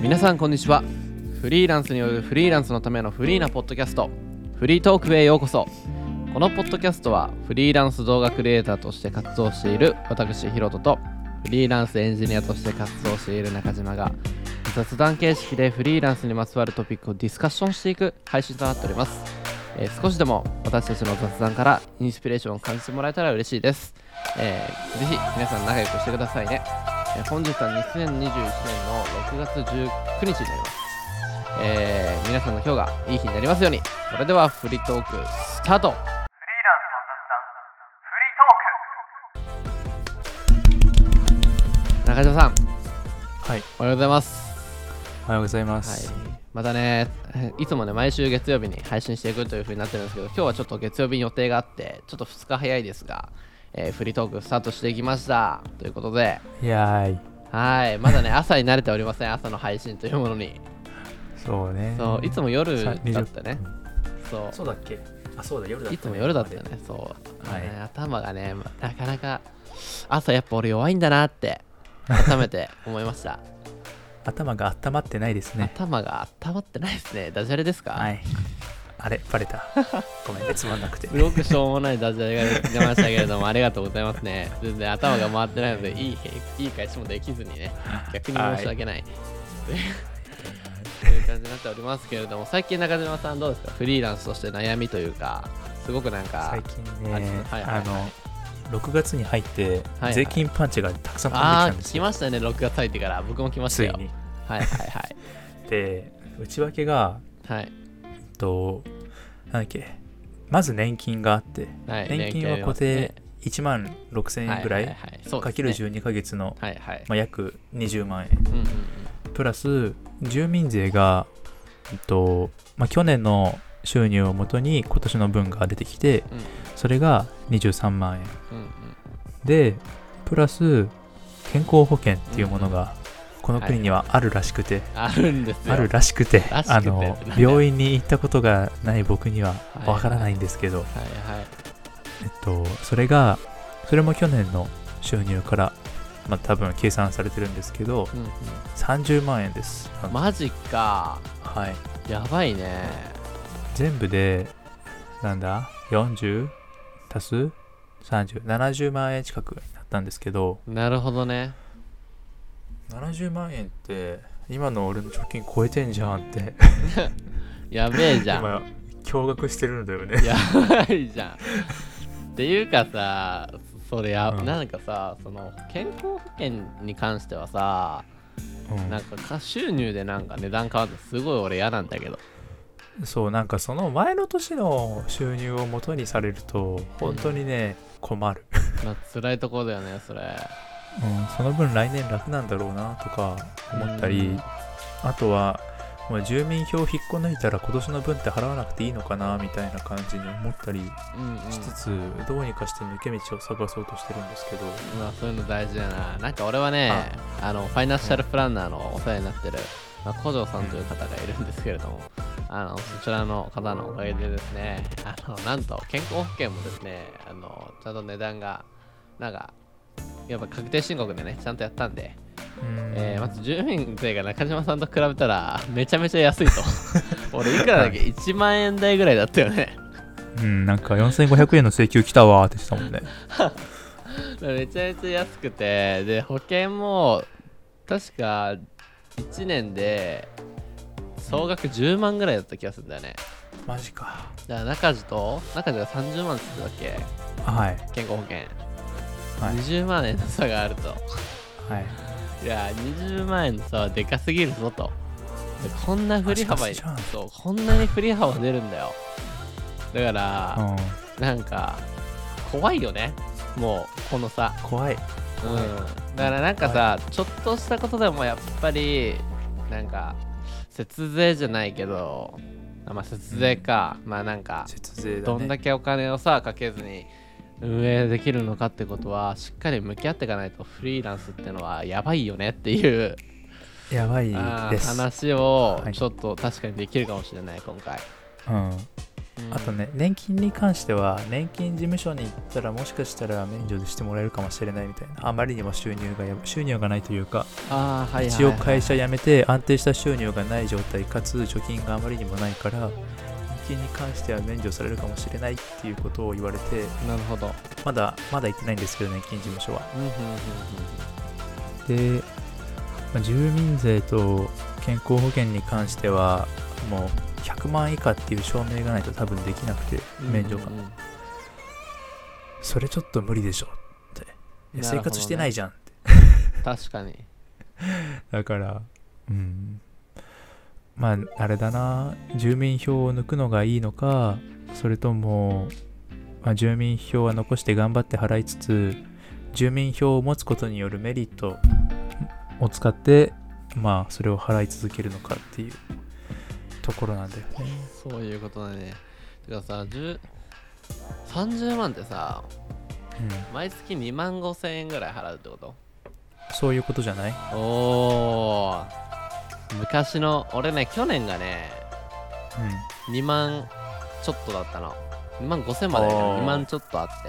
皆さんこんにちはフリーランスによるフリーランスのためのフリーなポッドキャストフリートークへようこそこのポッドキャストはフリーランス動画クリエイターとして活動している私ヒロトとフリーランスエンジニアとして活動している中島が雑談形式でフリーランスにまつわるトピックをディスカッションしていく配信となっております、えー少しでも私たちの雑談からインスピレーションを感じてもらえたら嬉しいです、えーぜひ皆さん仲良くしてくださいねえー本日は2021年の6月19日になります、えー皆さんの今日がいい日になりますようにそれではフリートークスタート中島さんはい、おはようございます、おはようございまはいす。、またね いつもね毎週月曜日に配信していくというふうになってるんですけど今日はちょっと月曜日に予定があってちょっと2日早いですが、えーフリートークスタートしていきましたということでい、やーい、はいまだね朝に慣れておりません朝の配信というものにそうね。そういつも夜ださ20ったねそうそうだっけあ、そうだ、夜だった、いつも夜だったよね、そう、はいね頭がね、まなかなか朝やっぱ俺弱いんだなって改めて思いま した。頭が温まってないですね。頭が温まってないですね。ダジャレですか、はい。あれ、バ レた。ごめんね、つまんなくて。すごくしょうもないダジャレが出ましたけれども、ありがとうございますね。全然頭が回ってないので、いいいい返しもできずにね、逆に申し訳ない。というという感じになっておりますけれども、最近中島さんどうですかフリーランスとして悩みというか、すごくなんか、最近ありねま、すはいはいはいあの、6月に入っていはい、税金パンチがたくさん飛んであきたあ、んで聞すきよ。ましたね、6月入ってから。僕も来ましたついよ。に。はいはいはい。で、内訳が、はい。えっと、なんだっけ、まず年金があって、はい年金は固定1万6000円ぐらい、かける12ヶ月の、はいはい。まあ、約20万円。うんうんプラス住民税が、えっとまあ、去年の収入をもとに今年の分が出てきて、うんそれが23万円うんでプラス健康保険っていうものがこの国にはあるらしくて、あるんですよ。あるらしくてらしくてあのなんだよ病院に行ったことがない僕にはいわからないんですけど、はいはい。えっと、それがそれも去年の収入から、まあ、多分計算されてるんですけどうん30万円です、うん、マジか。はいやばいね。全部でなんだ40足す3070万円近くになったんですけどなるほどね。 70万円って今の俺の貯金超えてんじゃんってやべえじゃん。 今驚愕してるんだよねやば いじゃん。っていうかさ、それや、うんなんかさ、その健康保険に関してはさ、なんかか収入でなんか値段変わるのすごい俺嫌なんだけど。そうなんかその前の年の収入を元にされると本当にね困る、まあ、辛いところだよね、それ。うん、その分来年楽なんだろうなとか思ったり、うんあとはもう住民票引っこ抜いたら今年の分って払わなくていいのかなみたいな感じに思ったりうんうん。しつつ、どうにかして抜け道を探そうとしてるんですけど、まあそういうの大事だな。なんか俺はね、あのファイナンシャルプランナーのお世話になってる、まあ、古城さんという方がいるんですけれども、あのそちらの方のおかげでですね、あのなんと健康保険もですね、あのちゃんと値段が、なんか、やっぱ確定申告でね、ちゃんとやったんで、うんえーまず住民税が中島さんと比べたら、めちゃめちゃ安い と。俺、いくらだっけ ?1 万円台ぐらいだったよね。うん、なんか4500円の請求来たわーって言ってたもんねめちゃめちゃ安くてで保険も確か1年で総額10万ぐらいだった気がするんだよねマジかだから中地と中地が30万って言ってたっはいけ健康保険、はい20万円の差があるとはいいや20万円の差はでかすぎるぞとでこんな振り幅あしかしじゃんそうこんなに振り幅出るんだよだから、うんなんか怖いよねもうこの差怖いうん、だからなんかさ、ちょっとしたことでもやっぱりなんか節税じゃないけどあまあ節税か、まあなんか節税だねどんだけお金をさかけずに運営できるのかってことはしっかり向き合っていかないとフリーランスってのはやばいよねっていう、やばいあーです話をはいちょっと確かにできるかもしれない今回うんうんあとね年金に関しては年金事務所に行ったらもしかしたら免除してもらえるかもしれないみたいなあまりにも収入がや収入がないというかあーはいはい一応会社辞めて安定した収入がない状態かつ貯金があまりにもないから年金に関しては免除されるかもしれないっていうことを言われてなるほどまだまだ行ってないんですけど年金事務所はうんうんうんで、まあ住民税と健康保険に関してはもう100万以下っていう証明がないと多分できなくてうん免除が、うんうんうんそれちょっと無理でしょっていやなるほどね生活してないじゃんって確かにだからうんまああれだな住民票を抜くのがいいのかそれとも、まあ、住民票は残して頑張って払いつつ住民票を持つことによるメリットを使ってまあそれを払い続けるのかっていうところなんだよねそういうことだねてかさ10 30万ってさうん毎月2万5千円ぐらい払うってことそういうことじゃないおー昔の俺ね去年がねう2万ちょっとだったの2万5千までだけどおー2万ちょっとあって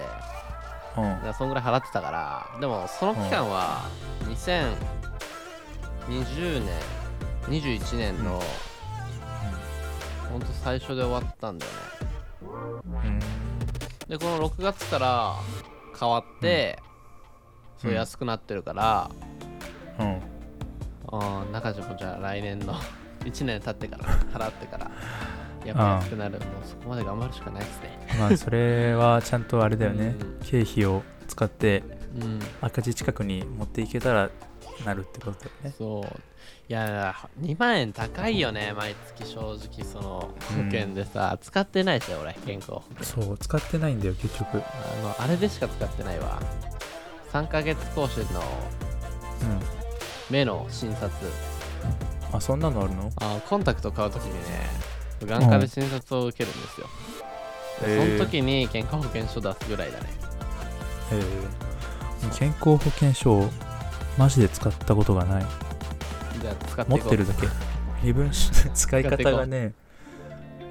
だんうんからそんぐらい払ってたからでもその期間は2020年21年のほんと最初で終わったんだよねうんでこの6月から変わって、んそう安くなってるから、うんあー中地もじゃあ来年の 1年経ってから払ってからやっぱ安くなるもうそこまで頑張るしかないですねまあそれはちゃんとあれだよねうん経費を使ってうん赤字近くに持っていけたらなるってことだよねそういや2万円高いよね毎月正直その保険でさ、使ってないし俺健康そう使ってないんだよ結局うんあのあれでしか使ってないわ3ヶ月講習の目の診察あそんなのあるのあコンタクト買うときにね眼科で診察を受けるんですよ、でその時に健康保険証出すぐらいだねえー健康保険証マジで使ったことがないじゃあ使って持いっこうてるだけ身分証使い方がね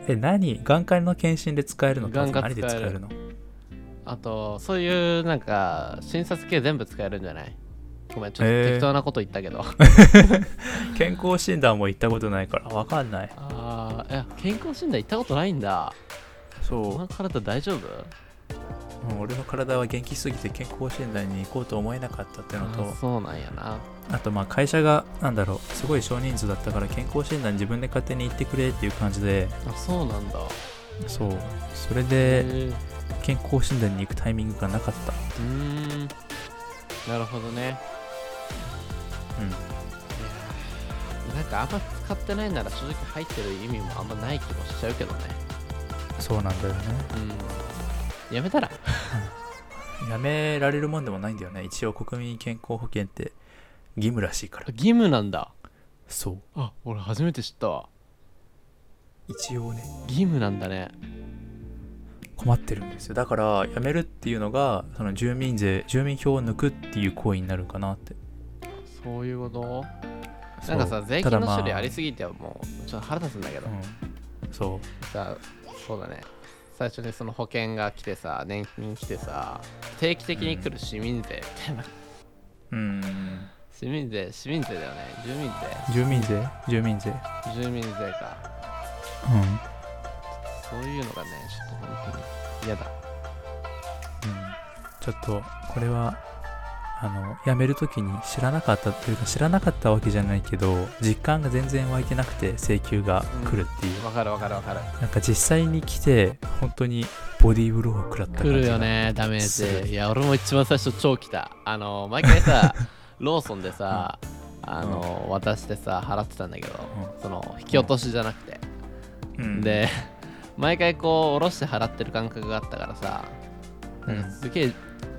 え何眼科の検診で使えるのか眼科何で使えるのあとそういうなんか診察系全部使えるんじゃないごめんちょっへとー適当なこと言ったけ ど、健康診断も行ったことないから分かんないああいや健康診断行ったことないんだおそ前体大丈夫う俺の体は元気すぎて健康診断に行こうと思えなかったってのとあそうなんやなあとまあ会社がなんだろうすごい少人数だったから健康診断自分で勝手に行ってくれっていう感じであそうなんだそうそれへでー健康診断に行くタイミングがなかったうーんなるほどねいやうーなんかあんま使ってないなら正直入ってる意味もあんまない気もしちゃうけどねんそうなんだよねうんやめたらやめられるもんでもないんだよね一応国民健康保険って義務らしいから義務なんだそうあ俺初めて知ったわ一応ね義務なんだね困ってるんですよだからやめるっていうのがその住民税住民票を抜くっていう行為になるかなってそういうことなんかさ税金の種類ありすぎてもうちょっと腹立つんだけど、ぎ、うん、そうさそうだね最初にその保険が来てさ年金来てさ定期的に来る市民税み たいな、うん市民税市民税だよね住民住民税住民税税住民税かうんそういうのがねちょっと本当に嫌だちょっとこれはあの辞める時に知らなかったというか知らなかったわけじゃないけど実感が全然湧いてなくて請求が来るっていう、わかるわかるわかるなんか実際に来て本当にボディーブローを食らった感じ来がるよねダメすーるジいや俺も一番最初超来たあの毎回 さローソンでさあの、渡してさ払ってたんだけど、その引き落としじゃなくて、うんで 毎回こう下ろして払ってる感覚があったからさうんなんかすげえ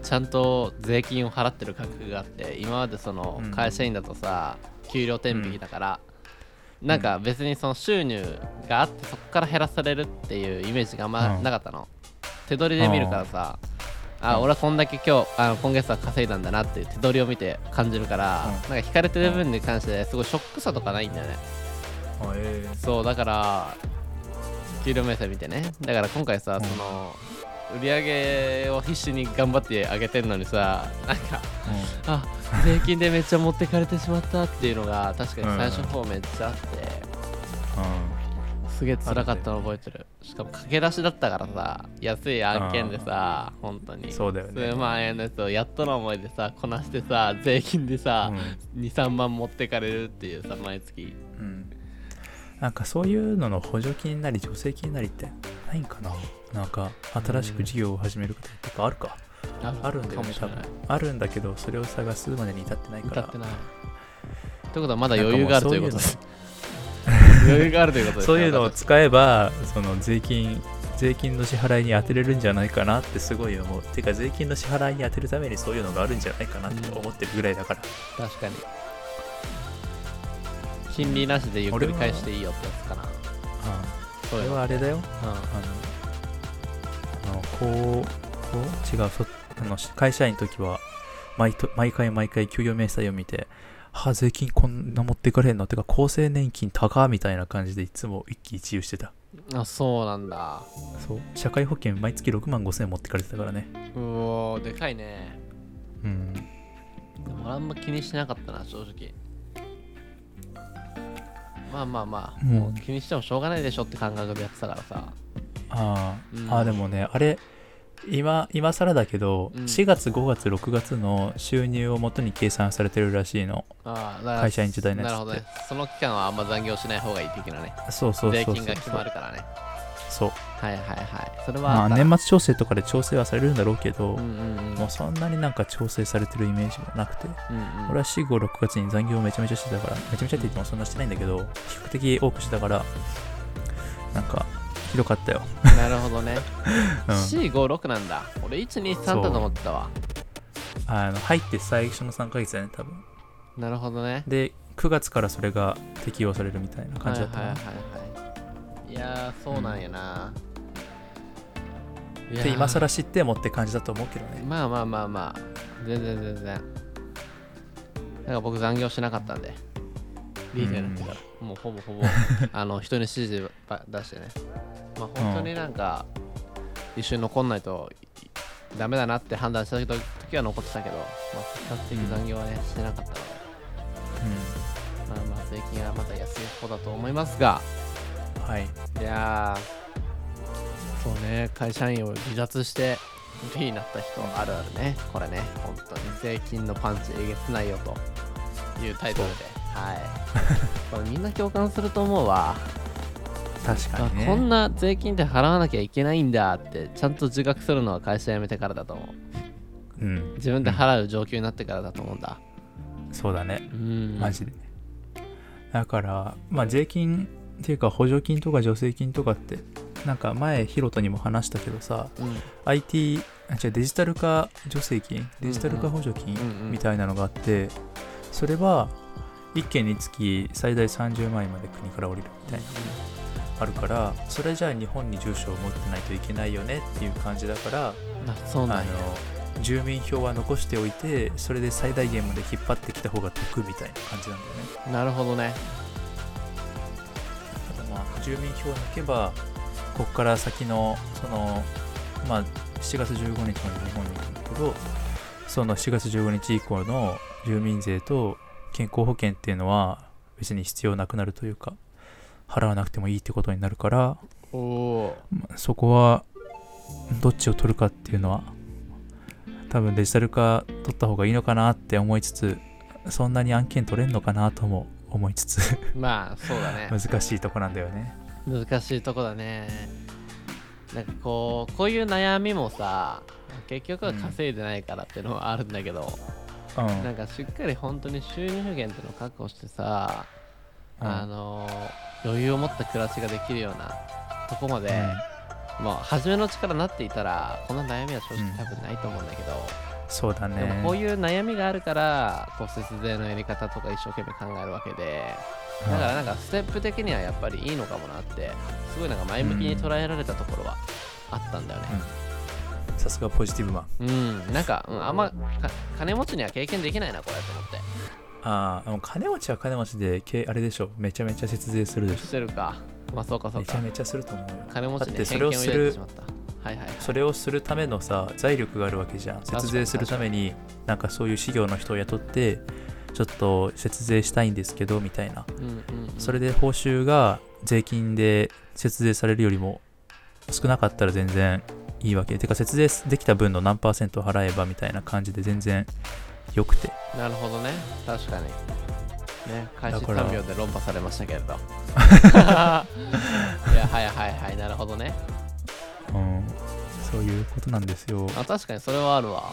ちゃんと税金を払ってる感覚があって今までそのうん会社員だとさ給料天引きだから、なんか別にその収入があってそこから減らされるっていうイメージがあんまうんなかったの、手取りで見るからさあ俺はこんだけ今日あの今月は稼いだんだなっていう手取りを見て感じるから、うんなんか引かれてる分に関してすごいショックさとかないんだよねあえそうだから給料明細見てねだから今回さ、うんその売り上げを必死に頑張って上げてんのにさなんかあ税金でめっちゃ持ってかれてしまったっていうのが確かに最初の方めっちゃあって、すげえ辛かったの覚えてるしかも駆け出しだったからさ安い案件でさ本当にそうだよね数万円のやつをやっとの思いでさこなしてさ税金でさ、23万持ってかれるっていうさ毎月うんうんなんかそういうのの補助金なり助成金なりってないんかななんか新しく事業を始める方とかあるかあるんだかよもねし多れ分ないあるんだけどそれを探すまでに至ってないか歌らってないということはまだ余裕があるということです 余裕があるということですそういうのを私使えばその税金税金の支払いに当てれるんじゃないかなってすごい思うてか税金の支払いに当てるためにそういうのがあるんじゃないかなって思ってるぐらいだから、確かに金利なしでゆっくり返していいよってやつかなうんそこうれよはあれだよあのあのこうこう違うそあの会社員の時は毎と毎回毎回給与明細を見てはあ税金こんな持ってかれんのてか厚生年金高っみたいな感じでいつも一喜一憂してたうんあそうなんだそう社会保険毎月6万5千持ってかれてたからねうおーでかいねうんでも俺あんま気にしなかったな正直まあまあまあ、うんもう気にしてもしょうがないでしょって感覚でやってたからさああ、うんああでもねあれ今今更だけど、うん4月5月6月の収入を元に計算されてるらしいのああだから会社員時代のやつなってるほどねその期間はあんま残業しない方がいい的なねそうそうそう税そう金が決まるからねそう、はいはいはいそれはまあ、た年末調整とかで調整はされるんだろうけど、うんうんうんもうそんなになんか調整されてるイメージもなくて、うんうん俺は4、5、6月に残業をめちゃめちゃしてたから、めちゃめちゃって言ってもそんなしてないんだけど、比較的多くしてたから、なんか、ひどかったよ。なるほどねうん C56 なんだ俺123だと思ってたわあの入って最初の3ヶ月だね、多分。なるほどねで、9月からそれが適用されるみたいな感じだったはいな。はいっはいはいいやーそうなんやな、いやてー今更知ってもって感じだと思うけどね。まあまあまあまあ全然全然なんか僕残業しなかったんでリーゼントだから、もうほぼほぼあの人に指示ば出してねまあ本当になんか、一瞬残んないといダメだなって判断した時時は残ってたけど、まあ、比較的残業はねしてなかったので、まあまあ税金はまだ安い方だと思いますがうん。はい。いやーそうね会社員を離脱してフリーになった人あるあるねこれね本当に税金のパンチえげつないよというタイトルではい これみんな共感すると思うわ、確かあにね。こんな税金って払わなきゃいけないんだってちゃんと自覚するのは会社辞めてからだと思ううん。自分で払う状況になってからだと思うんだそうだね。うんマジで。だから、まあ、税金っていうか補助金とか助成金とかって、なんか前、ヒロトにも話したけどさ、うん IT、あ違うデジタル化助成金、デジタル化補助金うんうんみたいなのがあって、それは1件につき最大30万円まで国から降りるみたいな、あるから、それじゃあ日本に住所を持ってないといけないよねっていう感じだから、まあそうなあんやの住民票は残しておいて、それで最大限まで引っ張ってきた方が得みたいな感じなんだよね。なるほどねただまあ住民票を抜けばここから先のそのまあ7月15日まで日本に行くんだけどその7月15日以降の住民税と健康保険っていうのは別に必要なくなるというか払わなくてもいいってことになるから、おおまあそこはどっちを取るかっていうのは多分デジタル化取った方がいいのかなって思いつつそんなに案件取れんのかなとも思い つつまあそうだね難しいとこなんだよね。難しいとこだねなんかこうこういう悩みもさ結局は稼いでないからっていうのはあるんだけど、うんなんかしっかり本当に収入源っていうのを確保してさ、うんあの余裕を持った暮らしができるようなとこまで、まあ初めのうちからなっていたらこんな悩みは正直多分ないと思うんだけど、そうだでねもこういう悩みがあるからこう節税のやり方とか一生懸命考えるわけでだからなんかステップ的にはやっぱりいいのかもなってすごいなんか前向きに捉えられたところはあったんだよねうんさすがポジティブマンうん、なんか、うん、あんまか金持ちには経験できないなこれと思っああでも金持ちは金持ちでけあれでしょめちゃめちゃ節税するでてししてるかまあそうかそうめちゃかめちゃすると思うよ金持ちだっに偏てそ見れをを抱すいるてしまったはいはいそれをするためのさ財力があるわけじゃん確かに節税するためになんかそういう事業の人を雇ってちょっと節税したいんですけどみたいなうんうんうんそれで報酬が税金で節税されるよりも少なかったら全然いいわけてか節税できた分の何パーセント払えばみたいな感じで全然よくてなるほどね確かにね開始だから3秒で論破されましたけれ どいやはいはいはいなるほどねうんそういうことなんですよあ確かにそれはあるわ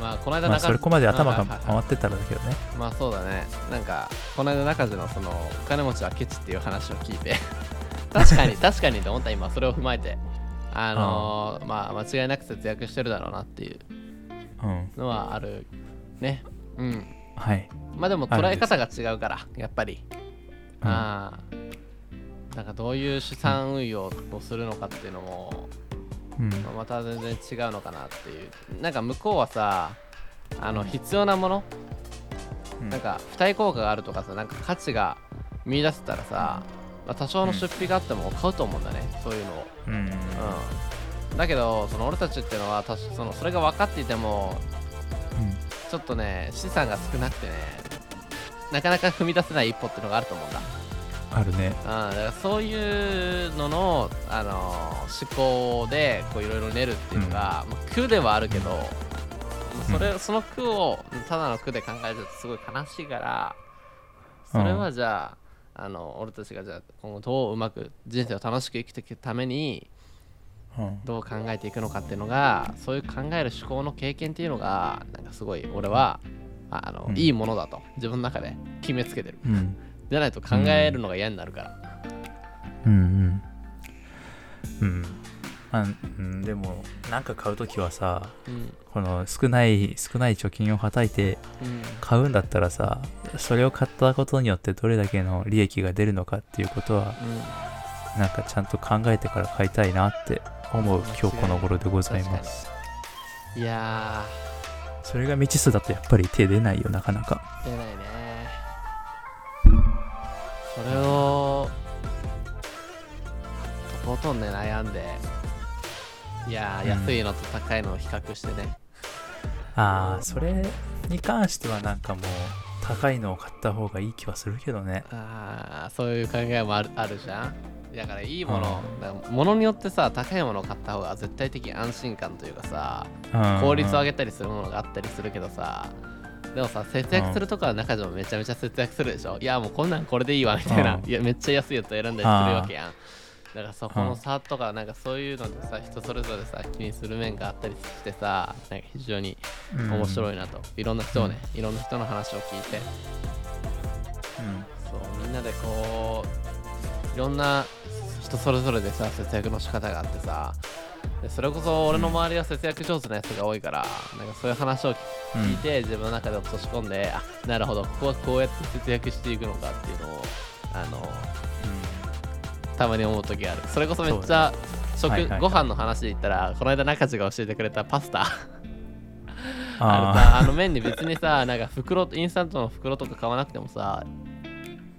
まあこの間まあ中それこまで頭はがいはいはい回ってたらだけどねまあそうだねなんかこの間中地のそのお金持ちはケチっていう話を聞いて確かに確かにと思った今それを踏まえてあのーまあ間違いなく節約してるだろうなっていううんのはあるねうんはいまあでも捉え方が違うからやっぱりうんああなんかどういう資産運用をするのかっていうのも、うんまあまた全然違うのかなっていうなんか向こうはさあの必要なもの、うんなんか付帯効果があるとかさなんか価値が見出せたらさ、まあ多少の出費があっても買うと思うんだね、そういうのを、うんうん、だけどその俺たちっていうのはたしそのそれが分かっていてもちょっとね資産が少なくてねなかなか踏み出せない一歩っていうのがあると思うんだあるねうん、だからそういうのの、あのー思考でこういろいろ練るっていうのが、まあ、苦ではあるけど、まあそれその苦をただの苦で考えるとすごい悲しいからそれはじゃあ,、あの俺たちがじゃあ今後どううまく人生を楽しく生きていくためにうんどう考えていくのかっていうのがそういう考える思考の経験っていうのがなんかすごい俺はああの、うんいいものだと自分の中で決めつけてるうんじゃないと考えるのが嫌になるから。うんうんうんあうんでもなんか買う時はさうんこの少ない少ない貯金をはたいてうん買うんだったらさそれを買ったことによってどれだけの利益が出るのかっていうことはうんなんかちゃんと考えてから買いたいなって思う今日この頃でございますいやそれが未知数だとやっぱり手出ないよなかなかー出ないねそれをとことんね悩んでいやー、うん安いのと高いのを比較してねああそれに関してはなんかもう高いのを買った方がいい気はするけどねあーそういう考えもあるあるじゃんだからいいもの、だから物によってさ高いものを買った方が絶対的安心感というかさ効率を上げげたりするものがあったりするけどさでもさ節約するとかは中でもめちゃめちゃ節約するでしょ、いやもうこんなんこれでいいわみたいな、うんいやめっちゃ安いやつ選んだりするわけやんだからそこの差とかなんかそういうのでさ人それぞれさ気にする面があったりしてさなんか非常に面白い、いなと、いろんな人をねいろんな人の話を聞いてうんそうみんなでこういろんな人それぞれでさ節約の仕方があってさでそれこそ俺の周りは節約上手なやつが多いから、なんかそういう話をうん聞いて、自分の中で落とし込んであなるほどここはこうやって節約していくのかっていうのをあのたまに思う時あるそれこそめっちゃ食、はいはいはいご飯の話で言ったらこの間中地が教えてくれたパスタあのあさあの麺に別にさ なんか袋インスタントの袋とか買わなくてもさ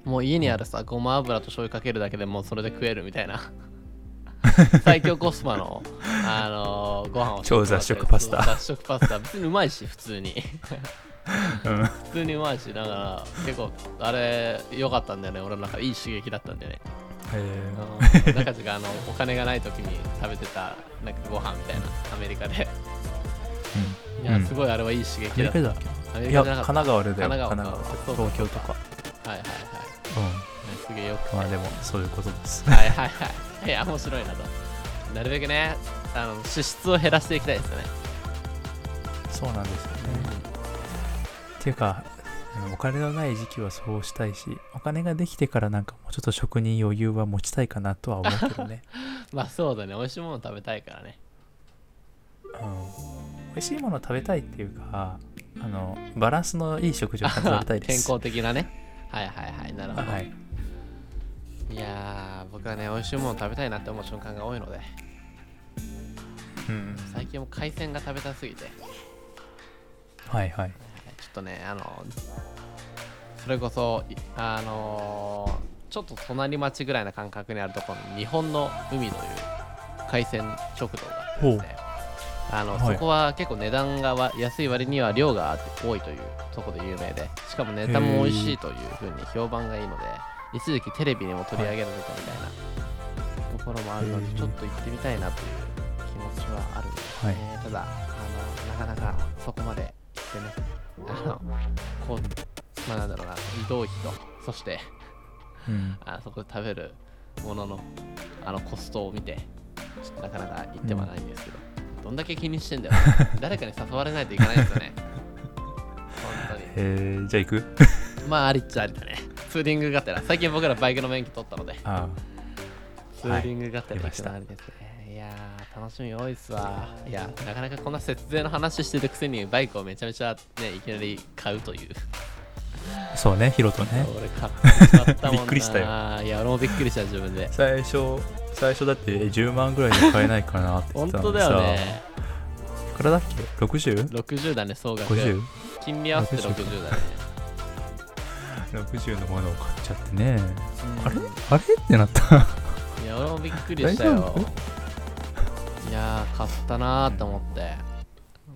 もう家にあるさごま油と醤油かけるだけでもうそれで食えるみた いな最強コスパのあのーご飯を超雑食パスそタう雑食パスタ別にうまいし普通にーうん普通にうまいしだから結構あれ良かったんだよね俺の中でいい刺激だったんだよねえーうん中地があのお金がない時に食べてたなんかご飯みたいなアメリカでうんいやうんすごいあれはいい刺激だっただっアメけリいやカじゃなか神った奈川でだ神よ神奈奈川川かとか東京とかはいはいはいうんねすげえよくまあでもそういうことですはいはいはいいや面白いなとなるべくねあの支出を減らしていきたいですよね そうなんですよねっていうかうんお金のない時期はそうしたいしお金ができてからなんかもうちょっと食に余裕は持ちたいかなとは思うけ どね、まあそうだね美味しいもの食べたいからねうん、美味しいもの食べたいっていうかあのバランスのいい食事を食べたいで健 す康的なねはいはいはいなるほど、、はいいやー僕はね美味しいもの食べたいなって思う瞬間が多いのでうん最近も海鮮が食べたすぎて、はいはいはいちょっとねあのそれこそいあのーちょっと隣町ぐらいな感覚にあるところに日本の海という海鮮食堂があってですねあの、はいそこは結構値段がわ安い割には量が多いというところで有名でしかもネタも美味しいというふうに評判がいいので一時期テレビにも取り上げられたみたいなところもあるのへーでちょっと行ってみたいなという気持ちはあるんですね、ただあのなかなかそこまで行ってねあのこうまあなんだろうな移動費とそして うんあそこで食べるもののあのコストを見てちょっとなかなか行ってはないんですけど、どんだけ気にしてんだよ 誰かに誘われないといかないんですよね本当えー、じゃあ行 くにまあありっちゃありだねツーリングがてら最近僕らバイクの免許取ったのであツーリングがてらはい行くのありですね、いやー楽しみ多いっすわいやなかなかこんな節税の話してるくせにバイクをめちゃめちゃねいきなり買うというあそうねヒロトね俺買ってしまったもんなびっくりしたいや俺もびっくりした自分で最初最初だってえ10万ぐらいで買えないかなって言 っ本当てたのにださよねいくらだっけ 60?50? 60だね総額金利合わせて60だね60のものを買っちゃってねあれいあれってなったや俺もびっくりした大丈よ夫いやー買ったなーと思って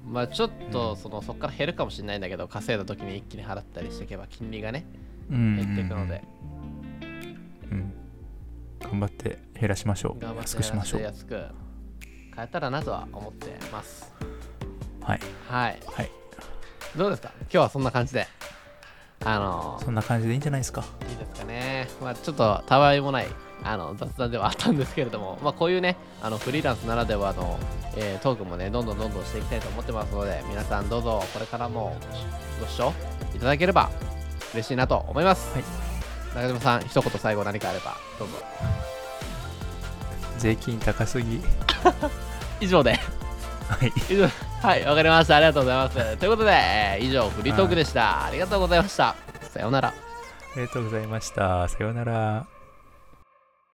まあちょっとそのそこから減るかもしれないんだけど稼いだ時に一気に払ったりしていけば金利がね うん減っていくのでうん頑張って減らしましょう頑張って安くしましょう安く買えたらなとは思ってますはいはいはいどうですか今日はそんな感じであのーそんな感じでいいんじゃないですかいいですかね、まあ、ちょっとたわいもないあの雑談ではあったんですけれども、まあ、こういうねあのフリーランスならではの、えートークもねどんどんどんどんしていきたいと思ってますので皆さんどうぞこれからもご視聴いただければ嬉しいなと思います、はい中島さん一言最後何かあればどうぞ税金高すぎ以上ではい以上 はいわかりましたありがとうございますということで、えー以上フリートークでしたありがとうございましたさようならありがとうございましたさようなら